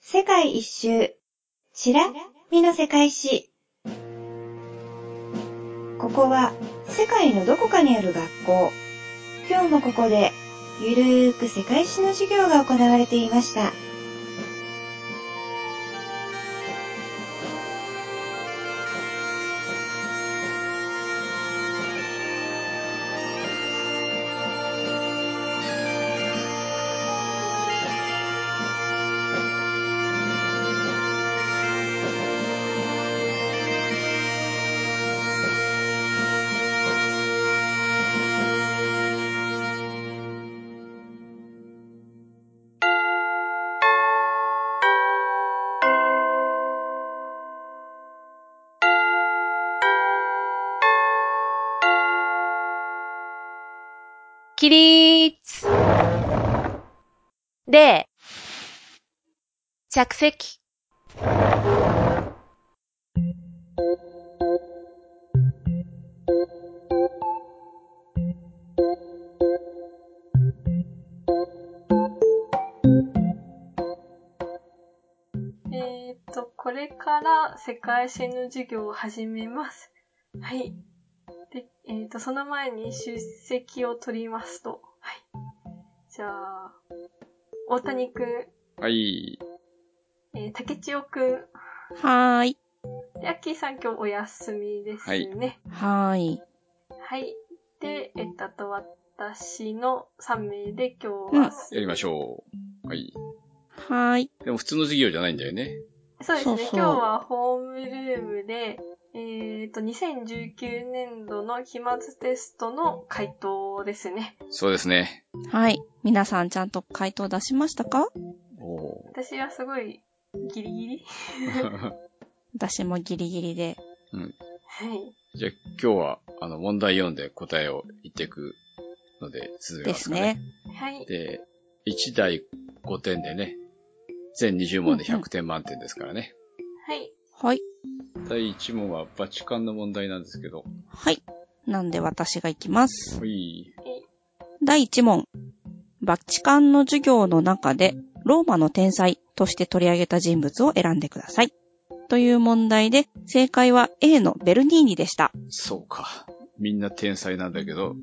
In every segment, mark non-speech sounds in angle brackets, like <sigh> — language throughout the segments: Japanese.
世界一周。しらみの世界史。ここは世界のどこかにある学校。今日もここでゆるーく世界史の授業が行われていました。起立で、着席。えー、と、これから世界史の授業を始めます。はい。で、えー、と、その前に出席を取りますと。はい。じゃあ、大谷くん、はい。えー、竹千代くん、はーい。でアッキーさん今日お休みですね。はーい。はい。で、えっと、あと私の3名で今日は、やりましょう。はい。はーい。でも普通の授業じゃないんだよね。そうですね。そうそう今日はホームルームで、えっ、と、2019年度の期末テストの回答ですね。そうですね。はい。皆さんちゃんと回答出しましたかお私はすごいギリギリ私もギリギリで。はい。 <laughs> じゃあ今日は、あの、問題読んで答えを言っていくので、続けでますすかねね。。はい。で、1題5点でね、全20問で100点満点ですからね。はい。はい。第1問はバチカンの問題なんですけど。はい。なんで私が行きます。はい。第1問。バチカンの授業の中で、ローマの天才として取り上げた人物を選んでください。という問題で、正解は A のベルニーニでした。そうか。みんな天才なんだけど、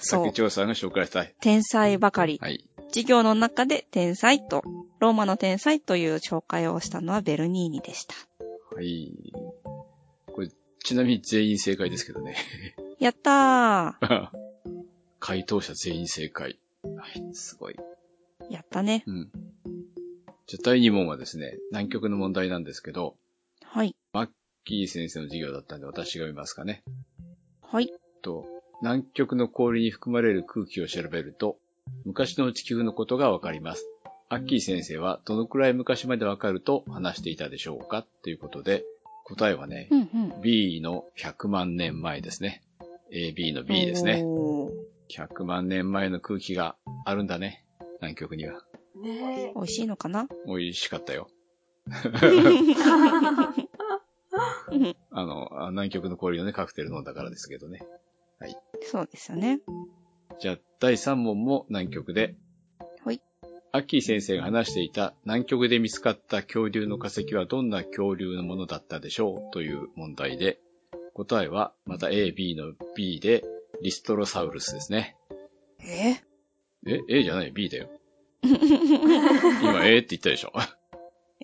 そ竹う。長さんが紹介したい。天才ばかり。はい。授業の中で天才と、ローマの天才という紹介をしたのはベルニーニでした。はい。これ、ちなみに全員正解ですけどね。やった <laughs> 回答者全員正解。はい、すごい。ー。やったね。うん。じゃあ、第2問はですね、南極の問題なんですけど、はい。キー先生の授業だったんで私が読みますかね。はい。と、南極の氷に含まれる空気を調べると、昔の地球のことがわかります。アッキー先生はどのくらい昔までわかると話していたでしょうかということで、答えはね、うんうん。 B の100万年前ですね。AB の B ですね。おー100万年前の空気があるんだね。南極には。ねえ。美味しいのかな美味しか <laughs> ったよ。あの、あ南極の氷のね、カクテル飲んだからですけどね。そうですよね。じゃあ、第3問も南極で。はい。アッキー先生が話していた南極で見つかった恐竜の化石はどんな恐竜のものだったでしょうという問題で、答えはまた A、B の B で、リストロサウルスですね。ええ、A じゃない <laughs> ?B だよ。今 A って言ったでしょ。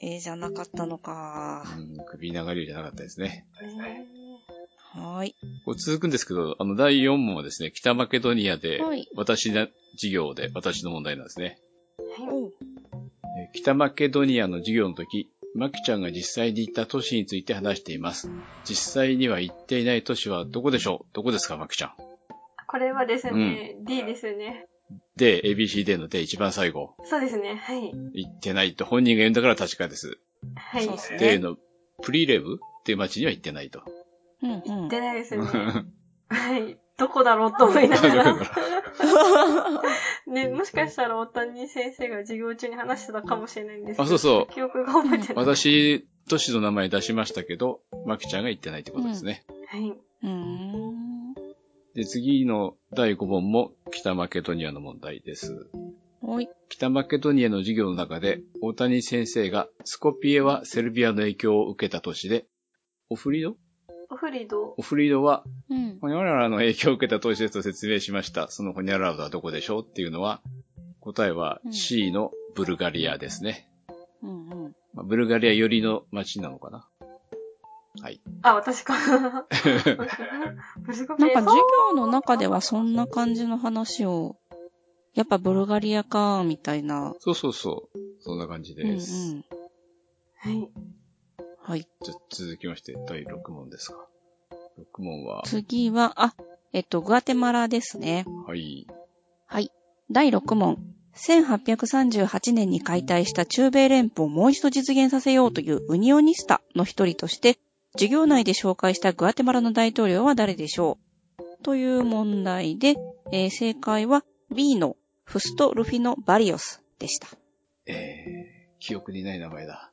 えじゃなかったのかうん、首長竜じゃなかったですね。ねはーい。こう続くんですけど、あの、第4問はですね、北マケドニアで、はい。私の授業で、私の問題なんですね。はい。おうえー北マケドニアの授業の時、マキちゃんが実際に行った都市について話しています。実際には行っていない都市はどこでしょうどこですか、マキちゃん。これはですね、D ですね。で、ABCD ので一番最後。そうですね。はい。行ってないと本人が言うんだから確かです。はい。そう言っすねでのプリレブっていう町には行ってないと。うんうんっ。てないですね。 <laughs> どはい。どこだろうと思いなこがだら。ろうね、もしかしたら大谷先生が授業中に話してたかもしれないんですけど。 <laughs> あ、そうそう。記憶が覚えてない。は私、都市の名前出しましたけど、マキちゃんが行ってないってことですね。い。うーん。で、次の第5問も北マケドニアの問題です。おはい。北マケドニアの授業の中で、大谷先生が、スコピエはセルビアの影響を受けた都市で、オフリードオフリドオ、フリードは、うん。ホニャララの影響を受けた都市ですと説明しました。そのホニャララはどこでしょうっていうのは、答えはうん C のブルガリアですね。うんうん。まあブルガリア寄りの街なのかな。はい。あ、私 <laughs> か。ブルガなんリかア授業の中ではそんな感じの話を、やっぱブルガリアか、みたいな。そうそうそう。そんな感じうんうです。ん。はい。はい。じゃ続きまして、第6問ですか。6問は、次は、あ、えっと、グアテマラですね。はい。はい。第6問。1838年に解体した中米連邦をもう一度実現させようというウニオニスタの一人として、授業内で紹介したグアテマラの大統領は誰でしょうという問題で、えー正解は B のフスト・ルフィノ・バリオスでした。えー、記憶にない名前だ。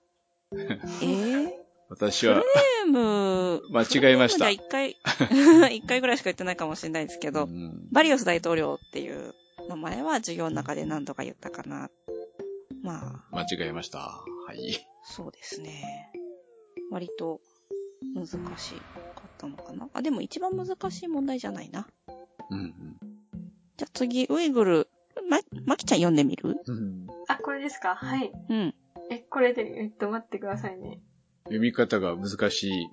えー、私は、全部、間違えましたフルネームでは一回、一回ぐ <laughs> らいしか言ってないかもしれないですけうど、んバリオス大統領っていう名前は授業の中で何度か言ったかな。まあ、間違えました。はい。そうですね。割と難しかったのかな。あ、でも一番難しい問題じゃないな。うんじゃあ次、ウイグル。ま、まきちゃん読んでみるうん、あ、これですかはい。うん。え、これで、えっと、待ってくださいね。読み方が難しい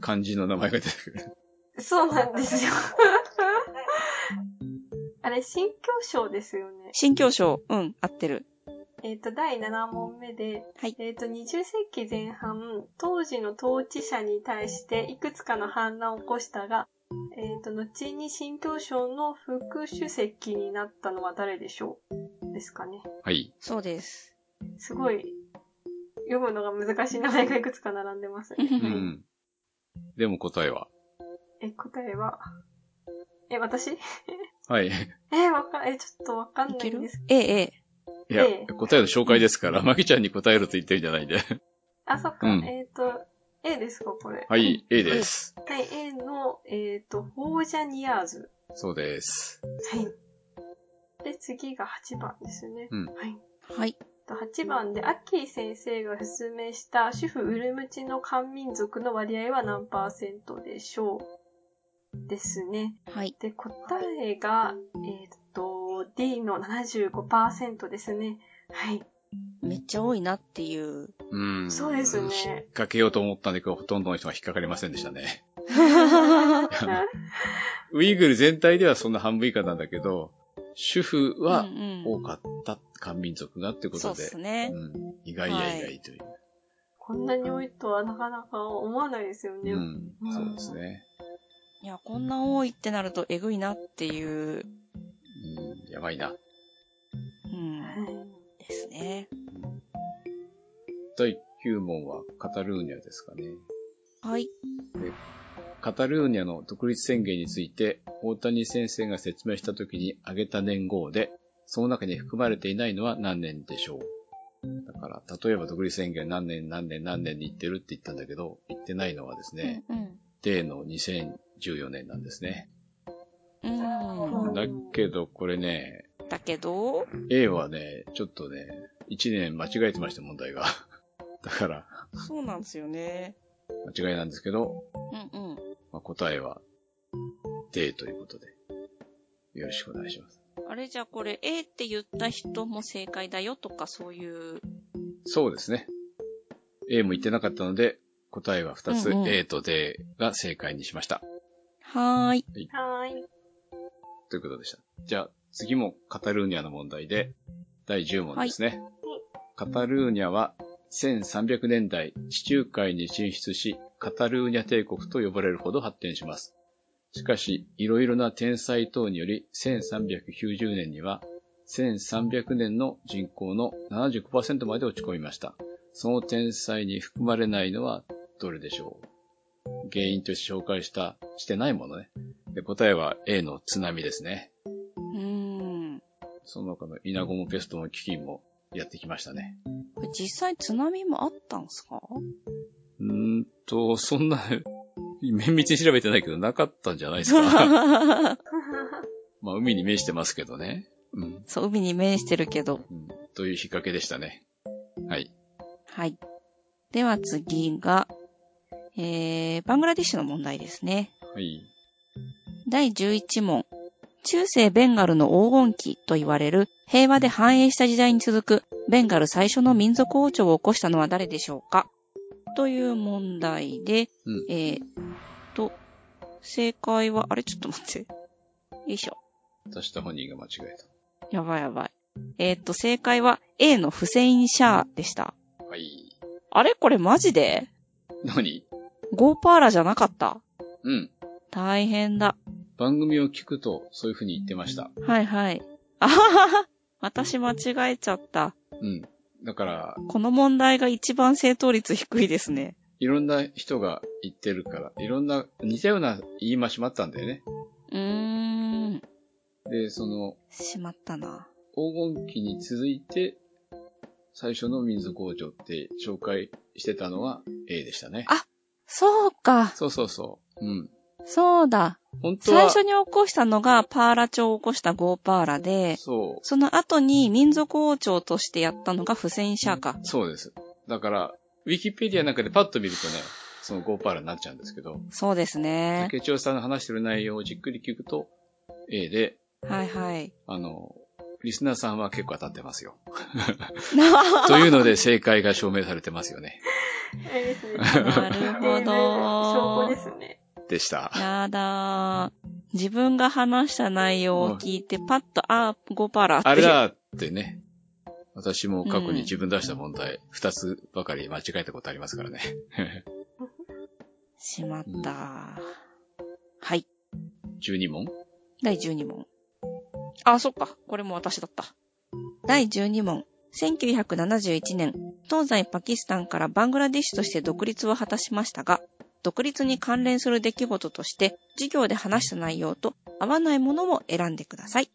漢字の名前が出てくる。そうなんですよ。 <laughs> あれ、新教章ですよね。新教章。うん、合ってる。えっ、と、第7問目で、はいえっ、と、20世紀前半、当時の統治者に対していくつかの反乱を起こしたが、えっ、と、後に新教省の副主席になったのは誰でしょうですかね。はい。そうです。すごい、読むのが難しい名前がいくつか並んでますね。うん。でも答えはえ、答えは、え、私 <laughs> はい。いえ、わかん、え、ちょっとわかんいないけんるです。ええ、ええ。やええ、答えの紹介ですから、まきちゃんに答えろと言ってるんじゃないんで。あ、そっか、うんえっ、と、A ですか、これ。は。い、A です。はい、A の、えっ、と、ホージャニアーズ。そうです。はい。で、次が8番ですね。うんはい。はい。と8番で、アッキー先生が説明した主婦ウルムチの漢民族の割合は何パーセントでしょうですね。はい。で、答えが、えっ、と、D の75%ですね。はい。めっちゃ多いなっていう。うん。そうですね引っ掛けようと思ったんだけど、ほとんどの人が引っ掛かりませんでしたね。ウイグル全体ではそんな半分以下なんだけど、主婦うはんうん多かった、漢民族がってこそうとっで。すね。うん。意外や意外という。 <laughs> こんなに多いとはなかなか思わないですよね。うん。そうですね。いや、こんな多いってなるとえぐいなっていう。うん。やばいな。うん。はい <laughs> ですね。第9問はカタルーニャですかね。はい。カタルーニャの独立宣言について、大谷先生が説明した時に挙げた年号で、その中に含まれていないのは何年でしょうだから、例えば独立宣言何年何年何年に行ってるって言ったんだけど、行ってないのはですね、うん。例の2014年なんですね。うん。うん、だけど、これね、だけど、 A はね、ちょっとね、1年間違えてました問題が。 <laughs> だから、そうなんですよね。間違いなんですけど、うんうん。まあ、答えは D ということで、よろしくお願いします。あれじゃあこれ A って言った人も正解だよとかそういう。そうですね。A も言ってなかったので、答えは2つ、うんうん A と D が正解にしました。はーい。はーい。ということでした。じゃあ、次もカタルーニャの問題で、第10問ですね。カタルーニャは1300年代、地中海に進出し、カタルーニャ帝国と呼ばれるほど発展します。しかし、いろいろな天災等により、1390年には、1300年の人口の75%まで落ち込みました。その天災に含まれないのはどれでしょう原因として紹介した、してないものね。で、答えは A の津波ですね。うーん。その他のイナゴもペストも飢饉もやってきましたね。これ実際津波もあったんすかうーんと、そんな、 <laughs> 綿密に調べてないけど、なかったんじゃないですか。まあ、海に面してますけどね。うん。そう、海に面してるけど。うんという引っ掛けでしたね。はい。はい。では次が、えー、バングラディッシュの問題ですね。はい。第11問。中世ベンガルの黄金期と言われる平和で繁栄した時代に続くベンガル最初の民族王朝を起こしたのは誰でしょうかという問題で、うんえーっと、正解は、あれちょっと待って。よいしょ。出した本人が間違えやばいやばい。えーっと、正解は A のフセイン・シャーでした。た。はい。あれこれマジで何ゴーパーラじゃなかったうん。大変だ。番組を聞くと、そういう風に言ってました。はいはい。あははは。私間違えちゃった。うん。だから、この問題が一番正答率低いですね。いろんな人が言ってるから、いろんな似たような言い回しもあったんだよね。うーん。で、その、しまったな。黄金期に続いて、最初の民族王朝って紹介してたのは A でしたね。あそうか。そうそうそう。うん。そうだ。本当最は、初に起こしたのがパーラ朝を起こしたゴーパーラで、そう、その後に民族王朝としてやったのがフセインシャーか。そうです。だから、ウィキペディアなんかでパッと見るとね、そのゴーパーラになっちゃうんですけど、そうですね。竹千代さんの話してる内容をじっくり聞くと A で、はい <laughs> はい。あの、リスナーさんは結構当たってますよ。とないうので正解が証明されてますよね。えですね。るほ証拠どで。すね。でした。やだー。自分が話した内容を聞いて、パッと、あー、ゴーパーラって。あれだってね。私も過去に自分出した問題、二つばかり間違えたことありますからね。しまった。うんはい。 12問第12問。あ、そっか。これも私だった。第12問。1971年、東西パキスタンからバングラディッシュとして独立を果たしましたが、独立に関連する出来事として、授業で話した内容と合わないものを選んでください。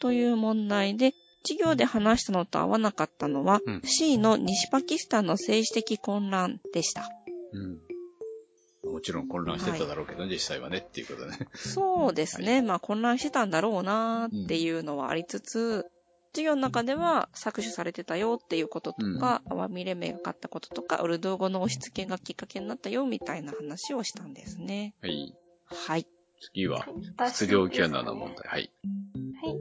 という問題で、授業で話したのと合わなかったのは、うん C の西パキスタンの政治的混乱でした。うん。もちろん混乱してただろうけど、実際はねっていうことね。そうですね。まあ混乱してたんだろうなーっていうのはありつつ、授業の中では搾取されてたよっていうこととか、泡見れ目がかったこととか、ウルドー語の押し付けがきっかけになったよみたいな話をしたんですね。はい。はい。次は、はい失業キャナの問題。はい。はい。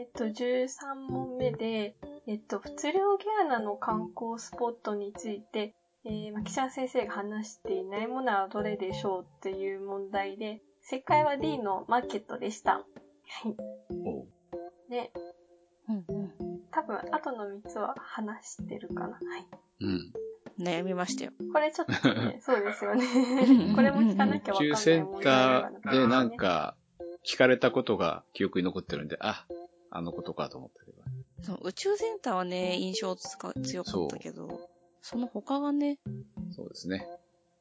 えっ、と、13問目で、えっ、と、仏領ギアナの観光スポットについて、えー、マキシャン先生が話していないものはどれでしょうという問題で、正解は D のマーケットでした。はい。おうで、うんうん多分、後の3つは話してるかな。はい。うん。悩みましたよ。これちょっと <laughs> ね、そうですよねうん。これも聞かなきゃ宇わかん宙ないセン問題ターでなんね。か、聞かれたことが記憶に残ってるんで、あ、あのことかと思ったけど。そう宇宙センターはね、印象つか強かったけど、その他がね、そうですね。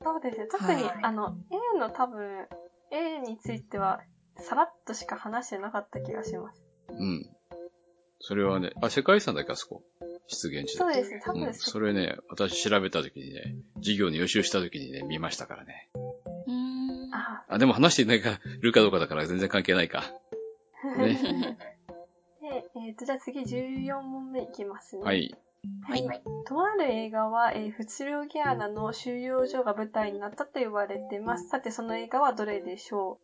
そうですね。特に、はいあの、A の多分、A については、さらっとしか話してなかった気がします。うん。それはね、あ、世界遺産だっけあそこ。出現地だそうですね。多う分ん、それね、私調べた時にね、授業に予習した時にね、見ましたからね。うーん。ああ、でも話していないか、るかどうかだから全然関係ないか。あ。ね <laughs> で、えっ、と、じゃあ次14問目いきますね。はい。はい。とある映画は、えー、仏領ギアナの収容所が舞台になったと言われてます。さて、その映画はどれでしょ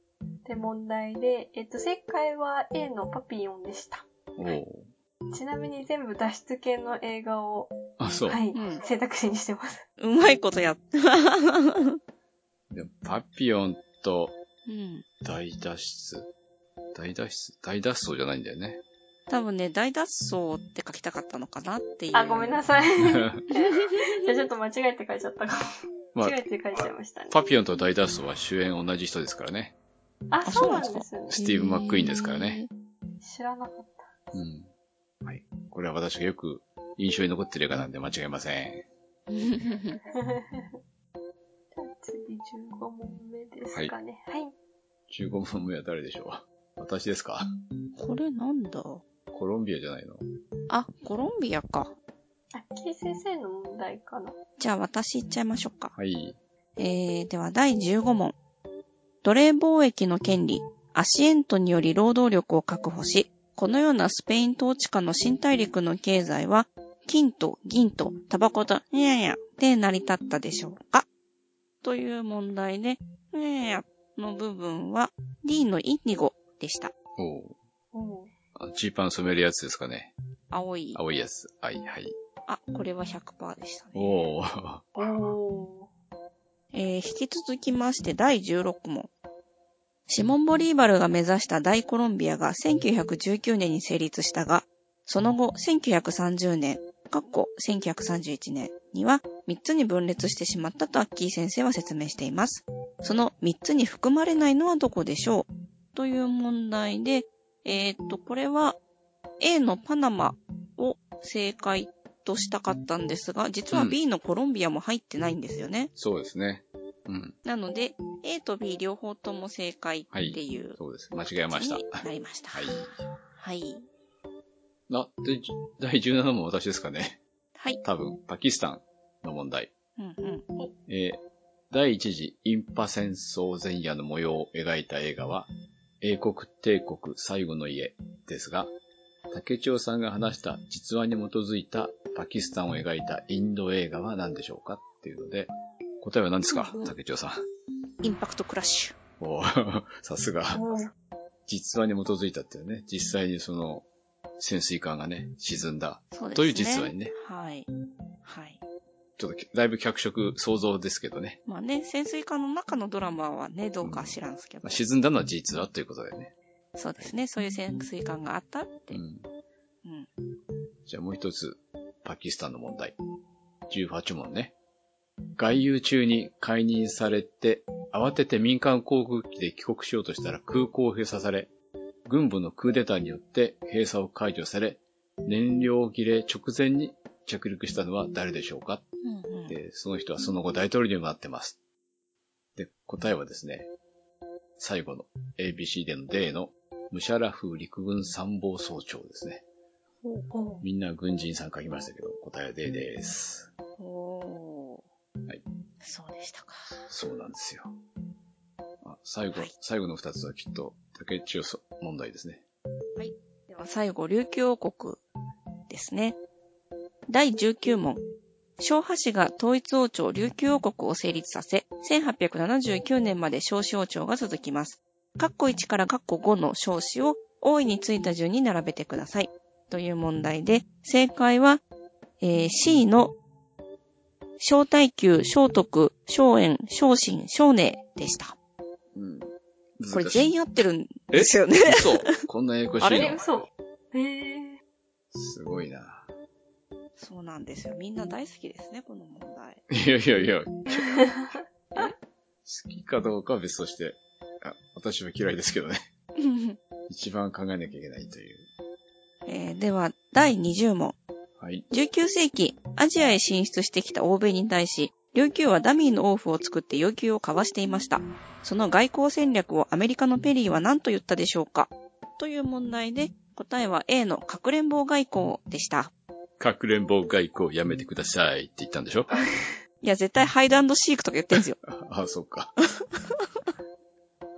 うで、問題で、えっ、と、正解は A のパピヨンでした。おお。ちなみに全部脱出系の映画を、あ、そう。はい、うん選択肢にしてます。うまいことやっ、でもパピヨンとうん。大脱出。大脱出大脱走じゃないんだよ <laughs> ね。多分ね、大脱走って書きたかったのかなっていう。あ、ごめんなさい。じゃあちょっと間違えて書いちゃったかも。まあ間違えて書いちゃいましたね。パピヨンと大脱走は主演同じ人ですからね。あ、そうなんあそうでなんですね。スティーブ・マックイーンですか <laughs> らね。知らなかっうん。はい。これは私がよく印象に残ってる映画なんで間違いません。た。じゃあ次15問目ですかね。はい。 15問目は誰でしょう私ですかこれなんだコロンビアじゃないのあ、コロンビアか。あっきー先生の問題かな。じゃあ私行っちゃいましょうか。はい。えー、では第15問。奴隷貿易の権利、アシエントにより労働力を確保し、このようなスペイン統治下の新大陸の経済は、金と銀とタバコとニャーニャで成り立ったでしょうかという問題で、ニャーニャの部分は D のインディゴでした。おうおうあジーパン染めるやつですかね。青い。青いやつ。はい、はい。あ、これは100%でしたね。おーおえー引き続きまして第16問。シモン・ボリーバルが目指した大コロンビアが1919年に成立したが、その後1930年、かっこ1931年には3つに分裂してしまったとアッキー先生は説明しています。その3つに含まれないのはどこでしょうという問題で、えーっと、これは A のパナマを正解としたかったんですが、実はうん B のコロンビアも入ってないんですよね。 <laughs> そうですね。うん。なので、A と B 両方とも正解っていう、そうです。間違えました。になりました。はい。はい。な、で、じ第17問私ですかね。はい。多分、パキスタンの問題。うんうん。えー第一次インパ戦争前夜の模様を描いた映画は、英国帝国最後の家ですが、竹千代さんが話した実話に基づいたパキスタンを描いたインド映画は何でしょうかっていうので、答えは何ですかうんうん竹千代さインパクトクラッシュ。ん。 <laughs> おーさすが。お実話に基づいたっていうね、実際にその潜水艦がね、沈んだ。そうですね。という実話にね。はい。はい。ちょっとだいぶ脚色、想像ですけどね。まあね、潜水艦の中のドラマはね、どうかは知らんすけど、まあ沈んだのは実話ということだよね。そうですね、そういう潜水艦があったって。ううん。んじゃあもう一つ、パキスタンの問題。18問ね。外遊中に解任されて、慌てて民間航空機で帰国しようとしたら空港を閉鎖され、軍部のクーデターによって閉鎖を解除され、燃料切れ直前に着陸したのは誰でしょうかうんうん。で、その人はその後大統領にもなってます。で、答えはですね、最後の ABC での D のムシャラフ陸軍参謀総長ですね。おみんな軍人さん書きましたけど、答えは D です。おー。はい。そうでしたか。そうなんですよ。あ最後はい、最後の二つはきっと、竹千代さん問題ですね。では最後、琉球王国ですね。第19問。昭波氏が統一王朝琉球王国を成立させ、1879年まで少子王朝が続きます。カッコ1からカッコ5の少子を大いについた順に並べてください。という問題で、正解は、えー C の小耐久、小徳、小炎、小心、小寧でした。うん。これ全員員合ってるんえですよね。嘘こんなややこしあいれえ、の。嘘。えー、すごいな。そうなんですよ。みんな大好きですね、この問題。いやいやいや。好きかどうかは別として、あ私は嫌いですけどね。一番考えなきゃいけないという。 <laughs> えーでは、第20問。はい。 19世紀、アジアへ進出してきた欧米に対し、琉球はダミーの王府を作って要求を交わしていました。その外交戦略をアメリカのペリーは何と言ったでしょうかという問題で、答えは A のかくれんぼ外交でした。かくれんぼ外交やめてくださいって言ったんでしょいや、絶対ハイドシークとか言ってん <laughs> ですよ。ああ、そっか。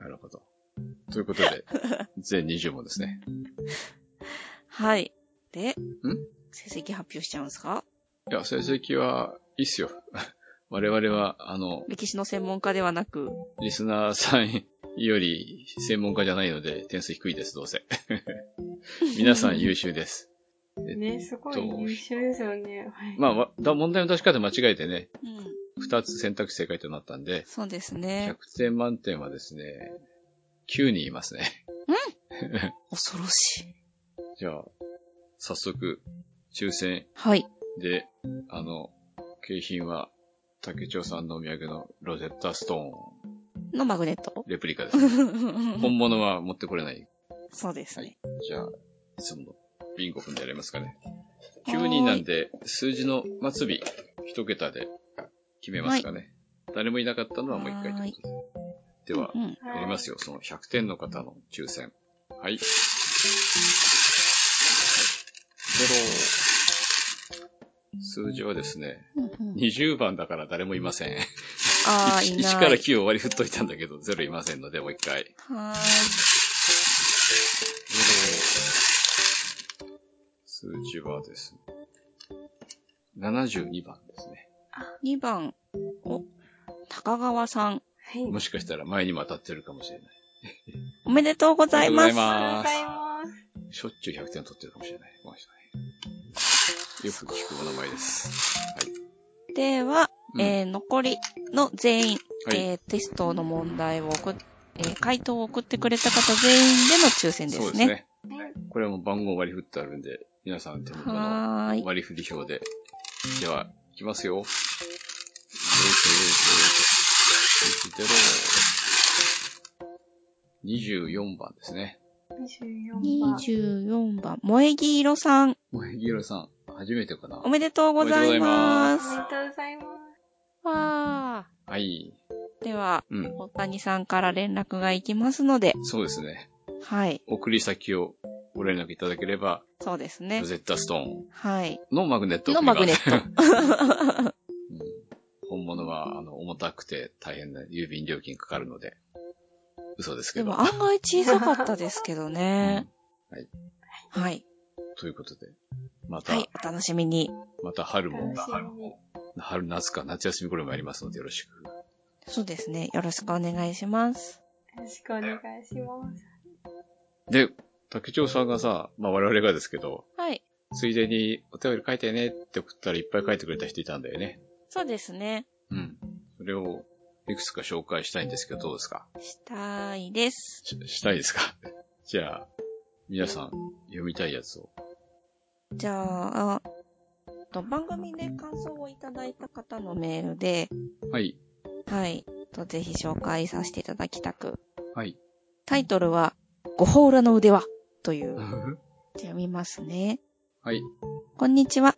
なるほど。ということで、全20問ですね。はい。で、成績発表しちゃうんですかいや、成績はいいっすよ。我々は、あの、歴史の専門家ではなく、リスナーさんより専門家じゃないので点数低いです、どうせ。皆さん優秀です。ね、すごい優秀ですよね。はい。まあわ、だ問題の出し方間違えてね、うん、 2つ選択肢正解となったんで、そうですね100。点満点はですね、9人いますね。 <laughs> 恐ろしい。じゃあ、早速、抽選はい。で、あの、景品は、竹町さんのお土産のロゼッタストーン、のマグネットレプリカです、 <laughs> ね。本物は持ってこれない。そうですね。じゃあ、いつものビンゴ君でやりますかね。9人なんで、数字の末尾、一桁で決めますかね。誰もいなかったのはもう一回ということで。では、うんやりますよ。その100点の方の抽選。はい。ゼロ。数字はですね、うんうん20番だから誰もいません。 <laughs> ああ、い 1, ない。から9を割り振っといたんだけど、0いませんので、もう一回。はーい。ゼちはですね、72番ですね。 2番、お、高川さん、はい。もしかしたら前にも当たってるかもしれない。おめでとうございまおめでとうございす。まありがとうございます。しょっちゅう100点取ってるかもしれない。この人ね。よく聞くお名前です。はい。では、うんえー残りの全員、はいえーテストの問題を送っ、えー回答を送ってくれた方全員での抽選ですね。そうですね。はいこれはもう番号割り振ってあるんで、皆さん手元のはーい。割り振り表で。では、いきますよ。24番ですね。 24番。 24番、萌木色さん、もえぎろさん、初めてかなおめでとうございまおめす。でとうございます。わはい。ー。では、うん。大谷さんから連絡が行きますので、そうですね。はい。送り先をご連絡いただければ、そうですねロ。ゼッタストーンはい。のマグネットをの送りまマすグネット。うん本物は、あの、重たくて大変な郵便料金かかるので、嘘ですけでど。も案外小さかったですけどね。はい。ということで、また、はい。お楽しみに。また春も、楽しみに。春、夏か、夏休み頃もやりますのでよろしく。そうですね。よろしくお願いします。よろしくお願いします。で、竹長さんがさ、まあ我々がですけど、はい。ついでにお便り書いてねって送ったらいっぱい書いてくれた人いたんだよね。そうですね。うん。それを、いくつか紹介したいんですけど、どうですかしたいです。ししたいですか <laughs> じゃあ、皆さん、読みたいやつを。じゃあ、と番組で感想をいただいた方のメールで、はい。はい。とぜひ紹介させていただきたく。はい。タイトルは、ごほうらの腕は、という。じゃあ読みますね。 <laughs> はい。こんにちは。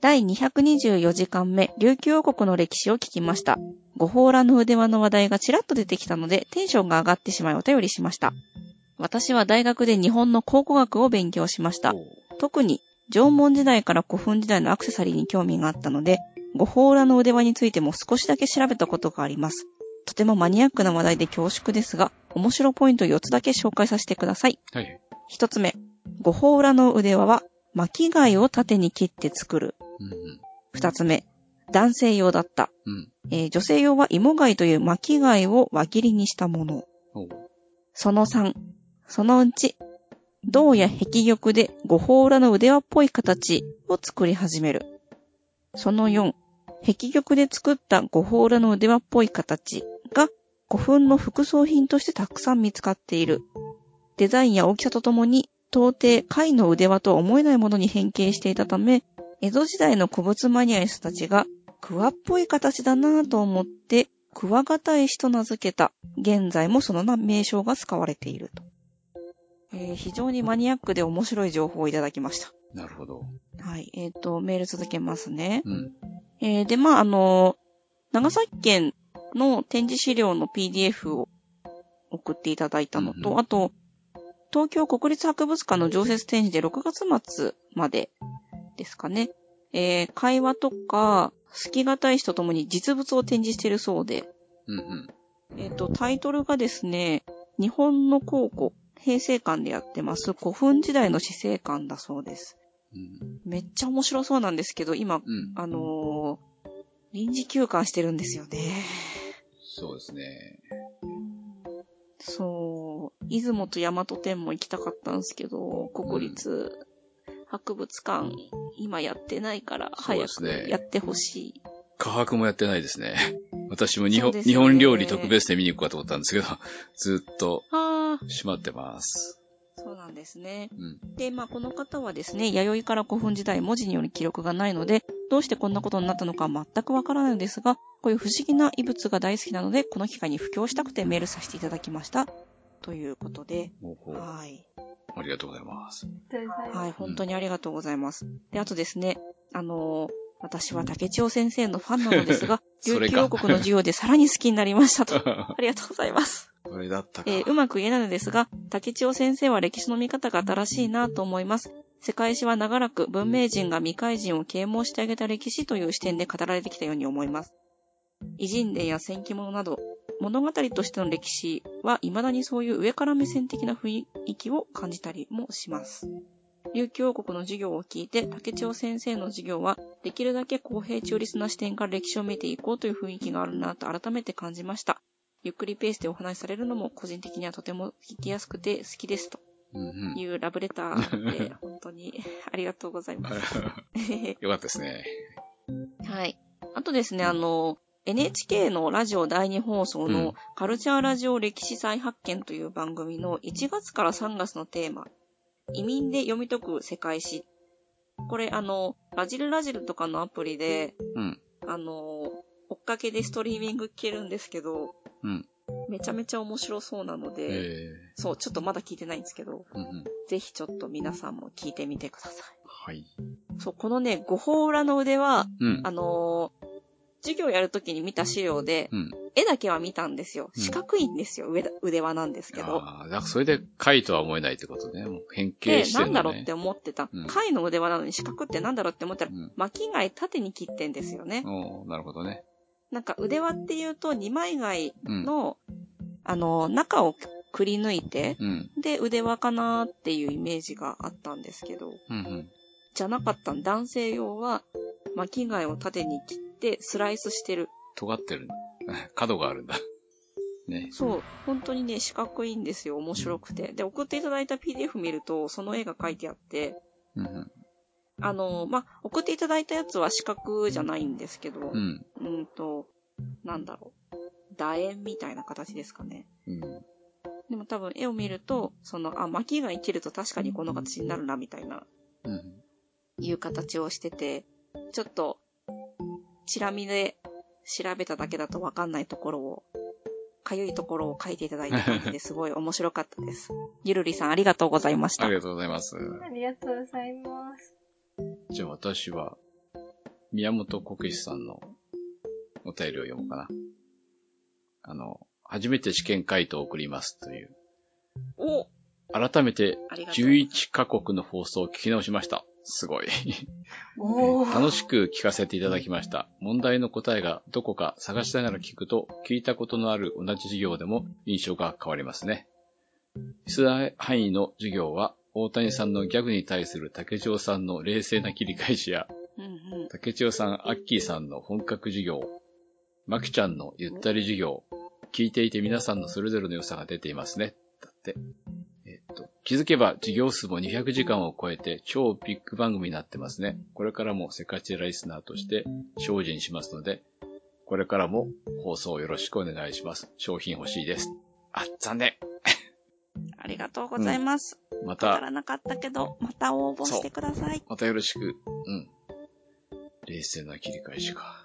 第224時間目、琉球王国の歴史を聞きました。ご宝羅の腕輪の話題がちらっと出てきたので、テンションが上がってしまいお便りしました。私は大学で日本の考古学を勉強しましたお。う特に、縄文時代から古墳時代のアクセサリーに興味があったので、ご宝羅の腕輪についても少しだけ調べたことがあります。とてもマニアックな話題で恐縮ですが、面白ポイント4つだけ紹介させてください。はい。一つ目、五宝裏の腕輪は巻き貝を縦に切って作る。うんうん。二つ目、男性用だった。うん。えー女性用は芋貝という巻き貝を輪切りにしたもの。おうその三、そのうち、銅や壁玉で五宝裏の腕輪っぽい形を作り始める。その四、壁玉で作った五宝裏の腕輪っぽい形が古墳の副葬品としてたくさん見つかっている。デザインや大きさとともに、到底貝の腕輪とは思えないものに変形していたため、江戸時代の古物マニアの人たちが、クワっぽい形だなぁと思って、クワガタ石と名付けた。現在もその名称が使われていると。えー非常にマニアックで面白い情報をいただきました。なるほど。はい。えっ、と、メール続けますね。うん。えーで、まあ、あの、長崎県の展示資料の PDF を送っていただいたのと、うんうんあと、東京国立博物館の常設展示で6月末までですかね、えー会話とか、好きがたい人ともに実物を展示しているそうで、うんうん。えっ、と、タイトルがですね、日本の考古、平成館でやってます、古墳時代の死生館だそうです。うん。めっちゃ面白そうなんですけど、今、うん。あのー臨時休館してるんですよね。そうですね。そう、出雲と大和店も行きたかったんですけど、国立博物館、今やってないから、そう早ですくねやってほしい。科博もやってないですね。 <laughs> 私も日そ本,、うです日よね本料理特別で見に行くかと思ったんですけど、 <laughs> ずっとああ、閉まってます。そうなんですね。うん。で、まあ、この方はですね、弥生から古墳時代文字による記録がないので、どうしてこんなことになったのか全くわからないのですが、こういう不思議な遺物が大好きなので、この機会に布教したくてメールさせていただきました。ということで、ほうほうはい。ありがとうございます。、ありがとうございます。はい、本当にありがとうございます。で、あとですね、あのー私は竹千代先生のファンなのですが <laughs> それ琉か球王国の授業でさらに好きになりましたと。 <laughs> あこりがとうございます。れだったか。えーうまく言えないのですが、竹千代先生は歴史の見方が新しいなと思います。世界史は長らく文明人が未開人を啓蒙してあげた歴史という視点で語られてきたように思います。偉人伝や戦記物など、物語としての歴史は未だにそういう上から目線的な雰囲気を感じたりもします。琉球王国の授業を聞いて、竹千代先生の授業は、できるだけ公平中立な視点から歴史を見ていこうという雰囲気があるなと改めて感じました。ゆっくりペースでお話しされるのも個人的にはとても聞きやすくて好きですとうんうん。いうラブレターで、本当にありがとうございます。 <laughs> よかったですね。はい。あとですね、あの、NHK のラジオ第2放送うんのカルチャーラジオ歴史再発見という番組の1月から3月のテーマ、移民で読み解く世界史。これあの、ラジルラジルとかのアプリで、うん。あの、追っかけでストリーミング聞けるんですけど、うん。めちゃめちゃ面白そうなのえで、えそう、ちょっとまだ聞いてないんですけど、うんうん。ぜひちょっと皆さんも聞いてみてくださはい。い。そう、このね、五宝裏の腕は、うん。あのー授業やるときに見た資料で、うん。絵だけは見たんですよ。うん四角いんですよ、上だ腕輪なんですけど。ああ、だからそれで貝とは思えないってことね。もう変で形、してなるのんね。だろうって思ってたうん。貝の腕輪なのに四角ってなんだろうって思ったらうん、巻き貝縦に切ってんですよね。おーなるほどね。なんか腕輪っていうと二枚貝うん。の、あのー、中をくり抜いて、うん。で、腕輪かなーっていうイメージがあったんですけど、うんうん。じゃなかったん男性用は、巻き貝を縦に切ってスライスしてる。尖ってるんだ。 <laughs> 角があるんだ。 <laughs> ね。そう、本当にね、四角いんですよ、面白くて。で、送っていただいた PDF 見ると、その絵が書いてあって、うんうん。あの、まあ、送っていただいたやつは四角じゃないんですけど、う。うんんと、なんだろう、楕円みたいな形ですかね。うん。でも多分絵を見ると、その、あ、巻き貝切ると確かにこの形になるな、みたいなうん。いう形をしてて、ちょっと、チラ見で調べただけだとわかんないところを、かゆいところを書いていただいた感じ <laughs> ですごい面白かったです。ゆるりさんありがとうございましたあ。りがとうございます。ありがとうございます。じゃあ私は、宮本国士さんのお便りを読もうかな。あの、初めて試験回答を送りますという。お改めてありがとう11カ国の放送を聞き直しました。すごい。おー。楽しく聞かせていただきました。問題の答えがどこか探しながら聞くと、聞いたことのある同じ授業でも印象が変わりますね。出題範囲の授業は、大谷さんのギャグに対する竹千代さんの冷静な切り返しや、うんうん。竹千代さん、アッキーさんの本格授業、まきちゃんのゆったり授業、聞いていて皆さんのそれぞれの良さが出ていますね。だって。えっと、気づけば授業数も200時間を超えて超ビッグ番組になってますね。これからも世界一ライスナーとして精進しますので、これからも放送よろしくお願いします。商品欲しいです。あ、残念。ありがとうございます。ま当たらた、なかったけど、また応募してください。またよろしく。うん。冷静な切り返しか。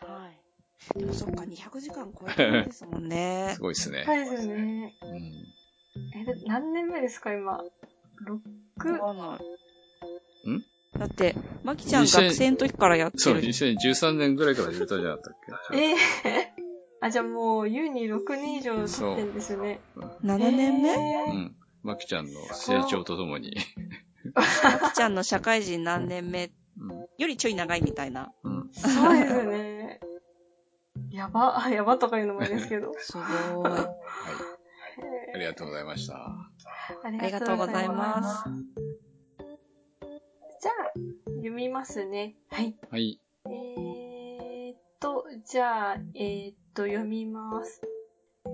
はい。でもそっか、200時間超えてるんですもんね <laughs> す。ごいですね。高いですよね。うん。え、で何年目ですか、今。6? わかんない。んだって、まきちゃん2000学生の時からやってそう、る。 2013年ぐらいから始めたんじゃなかったっけええ <laughs> あ、じゃあもう、優に6年以上経ってんですよね。 7年目うえん。まきちゃんの成長とともに。まきちゃんの社会人何年目うん。よりちょい長いみたいな。うん。ーすごいですよね。 <laughs> やば、あやばとかいうのもあれですけ <laughs> ど。すごい。はい。ありがとうございました。あありがとうございます。じゃあ、読みますね。はい。はい。えーっと、じゃあ、えーっと、読みます。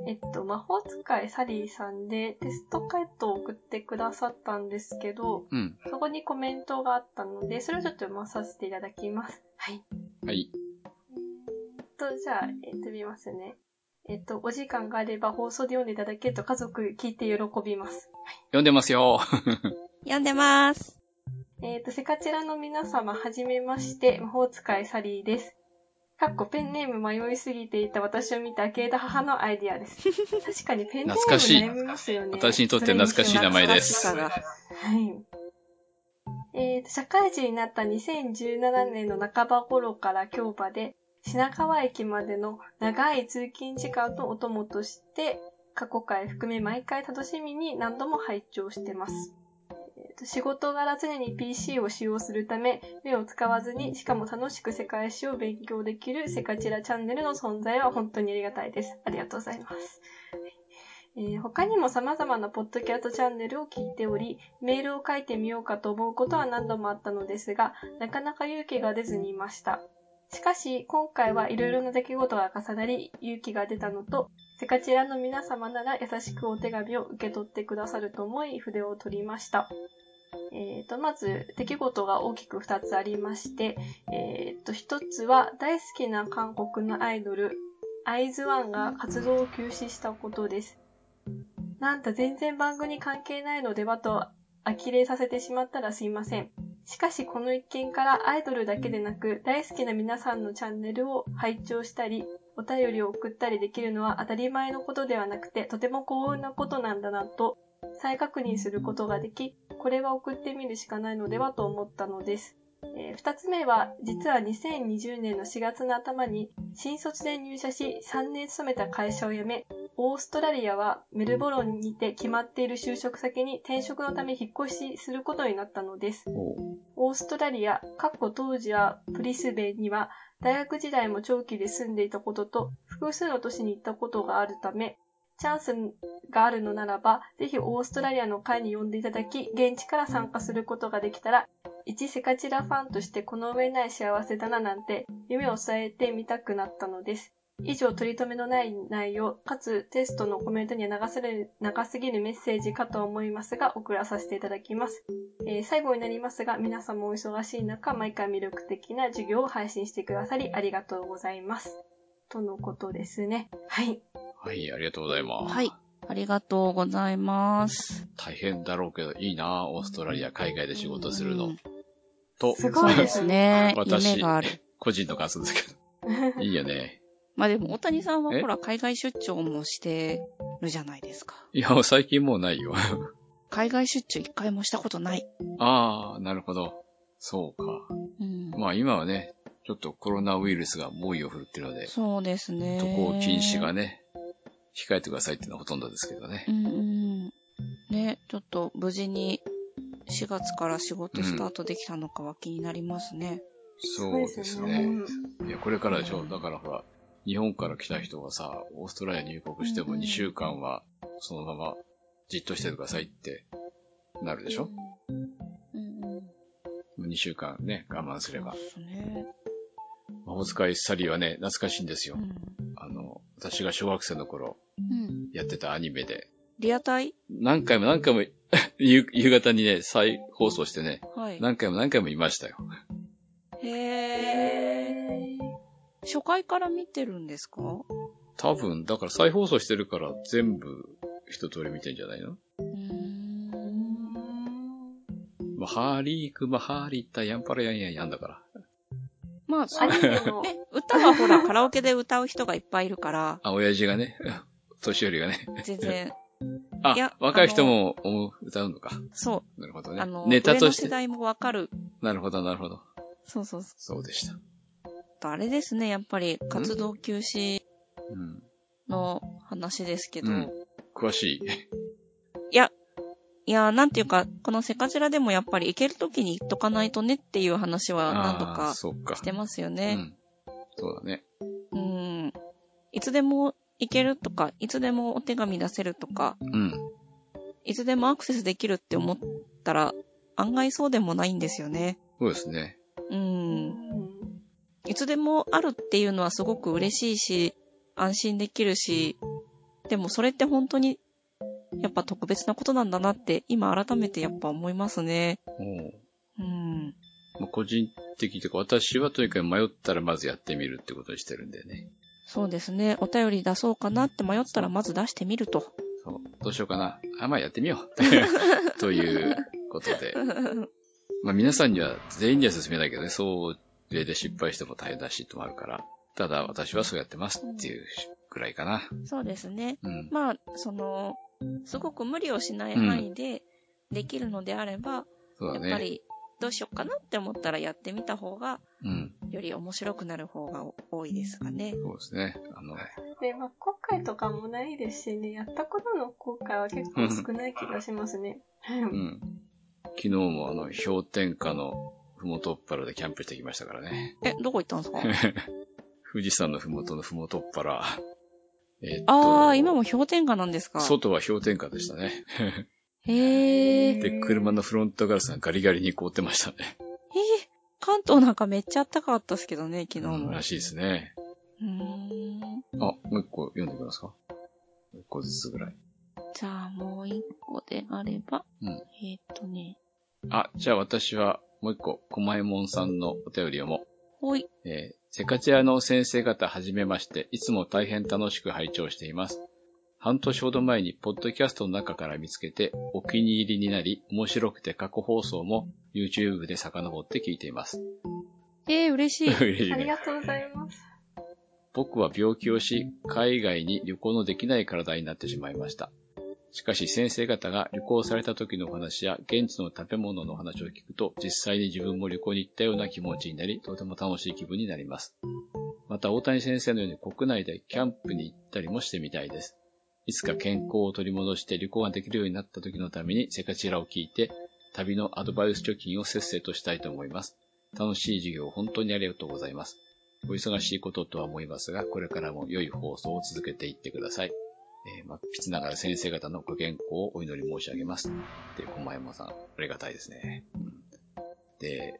えっと、魔法使いサリーさんでテスト回答を送ってくださったんですけど、うん。そこにコメントがあったので、それをちょっと読まさせていただきます。はい。はい。えっと、じゃあ、えっと、見ますね。えっと、お時間があれば放送で読んでいただけると家族聞いて喜びます。読んでますよ。読んでます。えっ、と、セカチラの皆様、はじめまして、魔法使いサリーです。かっこペンネーム迷いすぎていた私を見て呆れた母のアイディアです。確かにペンネーム懐かしい悩みますよね。私にとって懐かしい名前です懐かしさがはい。えっ、と、社会人になった2017年の半ば頃から京場で、品川駅までの長い通勤時間のお供として、過去回含め毎回楽しみに何度も拝聴してます。えーと仕事柄常に PC を使用するため、目を使わずに、しかも楽しく世界史を勉強できるセカチラチャンネルの存在は本当にありがたいです。ありがとうございます。えー他にも様々なポッドキャストチャンネルを聞いており、メールを書いてみようかと思うことは何度もあったのですが、なかなか勇気が出ずにいました。しかし、今回はいろいろな出来事が重なり、勇気が出たのと、セカチラの皆様なら優しくお手紙を受け取ってくださると思い、筆を取りました。えーと、まず、出来事が大きく2つありまして、えーと、1つは大好きな韓国のアイドル、アイズワンが活動を休止したことです。なんと全然番組に関係ないのではと呆れさせてしまったらすいません。しかしこの一件からアイドルだけでなく大好きな皆さんのチャンネルを拝聴したり、お便りを送ったりできるのは当たり前のことではなくてとても幸運なことなんだなと再確認することができ、これは送ってみるしかないのではと思ったのです。えー二つ目は、実は2020年の4月の頭に新卒で入社し3年勤めた会社を辞め、オーストラリアはメルボルンにて決まっている就職先に転職のため引っ越しすることになったのです。おうオーストラリア、過去当時はブリスベンには大学時代も長期で住んでいたことと複数の都市に行ったことがあるため、チャンスがあるのならば、ぜひオーストラリアの会に呼んでいただき、現地から参加することができたら、一セカチラファンとしてこの上ない幸せだななんて夢を伝えてみたくなったのです。以上、取り留めのない内容、かつテストのコメントには長する長すぎるメッセージかと思いますが、送らさせていただきます。えー最後になりますが、皆様お忙しい中、毎回魅力的な授業を配信してくださり、ありがとうございます。とのことですね。はい。はい、ありがとうございます。はい。ありがとうございます。大変だろうけど、いいなオーストラリア、海外で仕事するの。と、すごそういでですすね。私夢がある。 <laughs> 個人の感想ですけ <laughs> ど。いいよね。まあでも、大谷さんはえほら、海外出張もしてるじゃないですか。いや、最近もうない <laughs> よ。海外出張一回もしたことない。ああ、なるほど。そううんか。。まあ今はね、ちょっとコロナウイルスが猛威を振るってるので、そうですね。渡航禁止がね、控えてくださいっていうのはほとんどですけどねう。んうん。ね、ちょっと無事に4月から仕事スタートできたのかは気になりますね。そうですね。すねいや、これからでしょ。だからほら、日本から来た人がさ、オーストラリアに入国してもうん2週間はそのままじっとしててくださいってなるでしょ。うんうん。 2週間ね、我慢すればそう。ですね。魔法使いサリーはね、懐かしいんですよう。ん。あの、私が小学生の頃うん。やってたアニメで、リアタイ何回も何回も <laughs> 夕夕方にね、再放送してね、はい。何回も何回もいましたよ。へー。初回から見てるんですか多分、だから再放送してるから全部一通り見てんじゃないのうーん。まあ、ハーリークマ、ハーリーったやんぱらやんやんやんだから。まあ、そアうニメの、ね、歌はほら、カラオケで歌う人がいっぱいいるから、あ、親父がね、 <laughs> 年寄りがね。全然、いやあ、若い人あのも思う歌うのか。そなるほどう、ねあの、。ネタ上のとし世て。代もわかる。なるほど、なるほど。そうそうそそうでした。う。あれですね、やっぱり、活動休止うん。の話ですけど、うん詳しい。いやー、なんていうか、このセカジラでもやっぱり行けるときに行っとかないとねっていう話は何度ああー、かそうかし。てますようね。ん。そうだね。うん。いつでも行けるとか、いつでもお手紙出せるとか、うん。いつでもアクセスできるって思ったら、案外そうでもないんですよね。そうですね。うん。いつでもあるっていうのはすごく嬉しいし、安心できるし、でもそれって本当に、やっぱ特別なことなんだなって、今改めてやっぱ思いますね。おううん。まあ、個人的というか、私はとにかく迷ったらまずやってみるってことにしてるんだよね。そうですね。お便り出そうかなって迷ったらまず出してみると。そう。どうしようかな。あ、まあやってみよう。 <laughs> ということで。まあ皆さんには全員には勧めないけどね、そう、例で失敗しても大変だしともあるから。ただ私はそうやってますっていうくらいかな。そうですね。うん。まあ、その、すごく無理をしない範囲でできるのであれば、そうだやね。っぱりどうしようかなって思ったらやってみた方が、うん。より面白くなる方が多いですかね。そうですね。あの、で、まあ、後悔とかもないですしね、やったことの後悔は結構少ない気がしますね。うん。昨日もあの、氷点下のふもとっぱらでキャンプしてきましたからね。え、どこ行ったんですか富士山のふもとのふもとっぱら、えっとああ、今も氷点下なんですか。外は氷点下でしたね。へえ。で、車のフロントガラスがガリガリに凍ってましたね。えー関東なんかめっちゃ暖かかったっすけどね、昨日うんも。らしいですね。うーん。あ、もう一個読んでください。もう一個ずつぐらい。じゃあもう一個であれば、うんえーっとね、あ、じゃあ私はもう一個、こまえもんさんのお便りをもう。ほい。えーセカチアの先生方はじめまして、いつも大変楽しく拝聴しています。半年ほど前にポッドキャストの中から見つけてお気に入りになり、面白くて過去放送も YouTube で遡って聞いてい <laughs> ます。えー、嬉 <laughs> しい。嬉しいありねがとうございます。僕は病気をし、海外に旅行のできない体になってしまいました。しかし先生方が旅行された時のお話や現地の食べ物の話を聞くと実際に自分も旅行に行ったような気持ちになりとても楽しい気分になります。また大谷先生のように国内でキャンプに行ったりもしてみたいです。いつか健康を取り戻して旅行ができるようになった時のためにセカチラを聞いて旅のアドバイス貯金をせっせとしたいと思います。楽しい授業本当にありがとうございます。お忙しいこととは思いますが、これからも良い放送を続けていってください。えー、まあ、ピチながら先生方のご健康をお祈り申し上げます。って、駒山さん、ありがたいですね。うんで、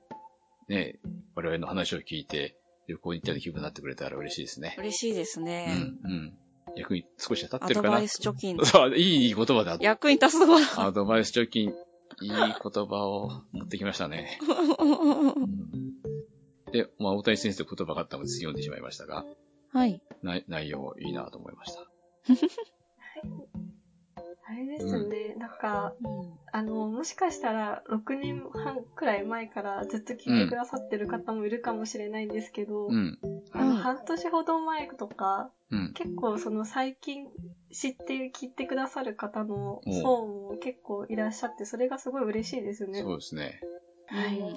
ね、我々の話を聞いて、旅行に行ったような気分になってくれたら嬉しいですね。嬉しいですうね。ん、うん。役に少し当たっアてるドかバなイス貯金。 <laughs> そう、いい言葉だ。役に立つぞ。アドバイス貯金、いい言葉を持ってきましたね。うんで、まあ、大谷先生の言葉があったので読んでしまいましたが、 <laughs> はい。内内容いいなと思いました。あれですね、なんか、うんあの、もしかしたら6年半くらい前からずっと聞いてくださってる方もいるかもしれないんですけど、うん。あのはい半年ほど前とか、うん。結構その最近知って聞いてくださる方のうん層も結構いらっしゃって、それがすごい嬉しいですよね。そうですね。はいうん